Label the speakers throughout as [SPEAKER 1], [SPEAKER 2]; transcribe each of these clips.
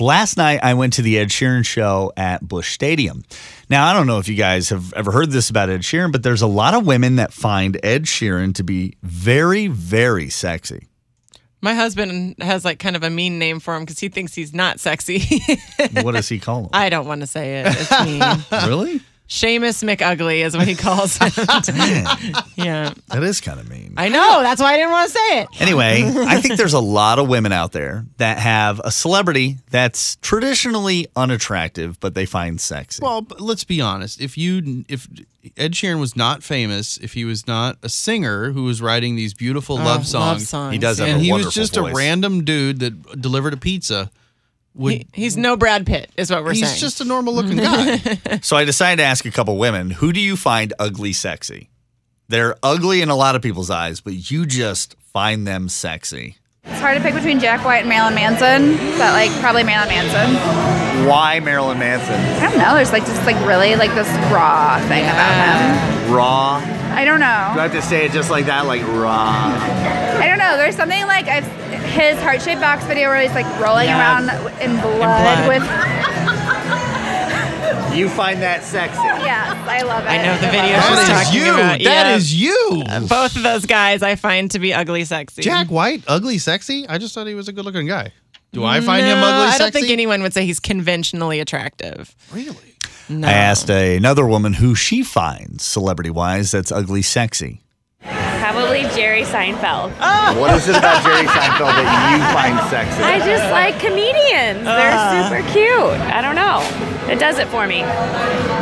[SPEAKER 1] Last night, I went to the Ed Sheeran show at Bush Stadium. Now, I don't know if you guys have ever heard this about Ed Sheeran, but there's a lot of women that find Ed Sheeran to be very, very sexy.
[SPEAKER 2] My husband has like kind of a mean name for him because he thinks he's not sexy.
[SPEAKER 1] What does he call him?
[SPEAKER 2] I don't want to say it. It's mean.
[SPEAKER 1] really?
[SPEAKER 2] Seamus McUgly is what he calls it.
[SPEAKER 1] Man,
[SPEAKER 2] yeah.
[SPEAKER 1] that is kind of mean.
[SPEAKER 2] I know. That's why I didn't want to say it.
[SPEAKER 1] Anyway, I think there's a lot of women out there that have a celebrity that's traditionally unattractive, but they find sexy.
[SPEAKER 3] Well, but let's be honest. If you if Ed Sheeran was not famous, if he was not a singer who was writing these beautiful
[SPEAKER 2] Oh,
[SPEAKER 3] love songs,
[SPEAKER 2] songs.
[SPEAKER 1] He does have
[SPEAKER 3] and
[SPEAKER 1] a
[SPEAKER 3] he was
[SPEAKER 1] wonderful
[SPEAKER 3] just
[SPEAKER 1] voice.
[SPEAKER 3] a random dude that delivered a pizza, would
[SPEAKER 2] He- he's no Brad Pitt, is what we're
[SPEAKER 3] he's
[SPEAKER 2] saying.
[SPEAKER 3] just a normal looking guy?
[SPEAKER 1] So I decided to ask a couple women, who do you find ugly sexy? They're ugly in a lot of people's eyes, but you just find them sexy.
[SPEAKER 4] It's hard to pick between Jack White and Marilyn Manson, but like probably Marilyn Manson.
[SPEAKER 1] Why Marilyn Manson?
[SPEAKER 4] I don't know. There's like just like really like this raw thing about him.
[SPEAKER 1] Raw.
[SPEAKER 4] I don't know.
[SPEAKER 1] have to say it just like that, like raw.
[SPEAKER 4] I don't know. There's something like I've, his heart shaped box video where he's like rolling
[SPEAKER 2] Yeah.
[SPEAKER 4] around in blood,
[SPEAKER 2] blood.
[SPEAKER 4] with.
[SPEAKER 1] You find that sexy.
[SPEAKER 4] Yes, I love it.
[SPEAKER 2] I know the
[SPEAKER 4] love
[SPEAKER 2] video
[SPEAKER 4] it.
[SPEAKER 2] I was
[SPEAKER 3] that is
[SPEAKER 2] talking
[SPEAKER 3] you. That
[SPEAKER 2] about-
[SPEAKER 3] is
[SPEAKER 2] yeah. Uh,
[SPEAKER 3] you.
[SPEAKER 2] Both of those guys I find to be ugly sexy.
[SPEAKER 3] Jack White, ugly, sexy. I just thought he was a good looking guy. Do I find him
[SPEAKER 2] No,
[SPEAKER 3] ugly,
[SPEAKER 2] I don't
[SPEAKER 3] sexy?
[SPEAKER 2] think anyone would say he's conventionally attractive.
[SPEAKER 3] really.
[SPEAKER 2] No.
[SPEAKER 1] I asked another woman who she finds celebrity wise that's ugly sexy.
[SPEAKER 5] Probably Jerry Seinfeld.
[SPEAKER 1] What is it about Jerry Seinfeld that you find sexy?
[SPEAKER 5] I just like comedians. They're super cute. I don't know. It does it for me.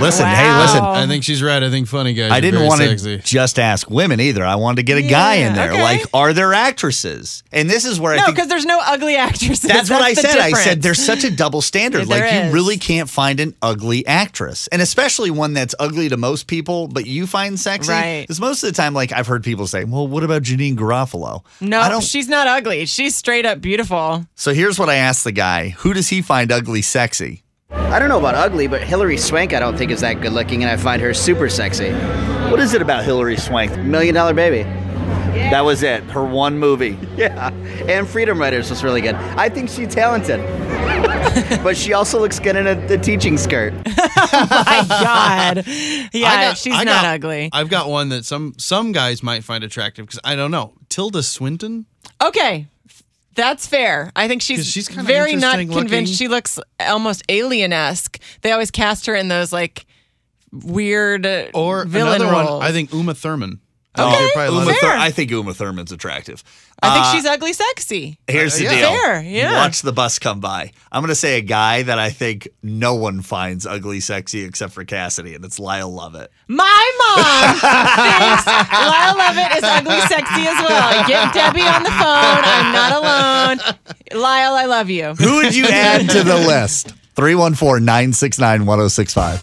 [SPEAKER 1] Listen, hey, listen.
[SPEAKER 2] Wow.
[SPEAKER 3] I think she's right. I think funny guys.
[SPEAKER 1] I
[SPEAKER 3] are
[SPEAKER 1] didn't
[SPEAKER 3] very
[SPEAKER 1] want
[SPEAKER 3] sexy.
[SPEAKER 1] to just ask women either. I wanted to get a guy in there.
[SPEAKER 2] okay.
[SPEAKER 1] Like, are there actresses? And this is where I
[SPEAKER 2] No,
[SPEAKER 1] think
[SPEAKER 2] because there's no ugly actresses.
[SPEAKER 1] That's, what I
[SPEAKER 2] the
[SPEAKER 1] said. I said
[SPEAKER 2] difference.
[SPEAKER 1] there's such a double standard.
[SPEAKER 2] There
[SPEAKER 1] like you
[SPEAKER 2] is.
[SPEAKER 1] really can't find an ugly actress, and especially one that's ugly to most people, but you find sexy.
[SPEAKER 2] Right.
[SPEAKER 1] Because most of the time, like I've heard people say, "Well, what about Janine Garofalo?"
[SPEAKER 2] No,
[SPEAKER 1] I don't.
[SPEAKER 2] she's not ugly. She's straight up beautiful.
[SPEAKER 1] so here's what I asked the guy: Who does he find ugly sexy?
[SPEAKER 6] I don't know about ugly, but Hillary Swank I don't think is that good looking, and I find her super sexy.
[SPEAKER 7] What is it about Hillary Swank?
[SPEAKER 6] Million Dollar Baby.
[SPEAKER 7] That was it. Her one movie.
[SPEAKER 6] Yeah. And Freedom Riders was really good. I think she's talented. but she also looks good in a, the teaching skirt.
[SPEAKER 2] My God. Yeah,
[SPEAKER 3] I got-
[SPEAKER 2] she's
[SPEAKER 3] I
[SPEAKER 2] not
[SPEAKER 3] got-
[SPEAKER 2] ugly.
[SPEAKER 3] I've got one that some some guys might find attractive because I don't know Tilda Swinton.
[SPEAKER 2] Okay. That's fair. I think she's,
[SPEAKER 3] 'Cause she's kinda
[SPEAKER 2] very not
[SPEAKER 3] interesting
[SPEAKER 2] convinced.
[SPEAKER 3] looking.
[SPEAKER 2] She looks almost alien esque. They always cast her in those like weird uh,
[SPEAKER 3] Or
[SPEAKER 2] villain
[SPEAKER 3] another
[SPEAKER 2] roles.
[SPEAKER 3] one, I think Uma Thurman.
[SPEAKER 2] Okay.
[SPEAKER 1] Oh,
[SPEAKER 3] You'd probably love
[SPEAKER 1] Uma
[SPEAKER 3] it.
[SPEAKER 1] Thur-
[SPEAKER 2] Fair.
[SPEAKER 1] I think Uma Thurman's attractive.
[SPEAKER 2] I
[SPEAKER 3] Ah.
[SPEAKER 2] think
[SPEAKER 1] Uh,
[SPEAKER 2] she's ugly sexy.
[SPEAKER 1] Here's the
[SPEAKER 3] yeah.
[SPEAKER 1] deal.
[SPEAKER 2] Fair, yeah.
[SPEAKER 1] Watch the bus come by. I'm going to say a guy that I think no one finds ugly sexy except for Cassidy, and it's Lyle Lovett.
[SPEAKER 2] My mom thinks Lyle Lovett is ugly sexy as well. Get Debbie on the phone. I'm not alone. Lyle, I love you.
[SPEAKER 1] oh Who would you add to the list? 314 969 1065.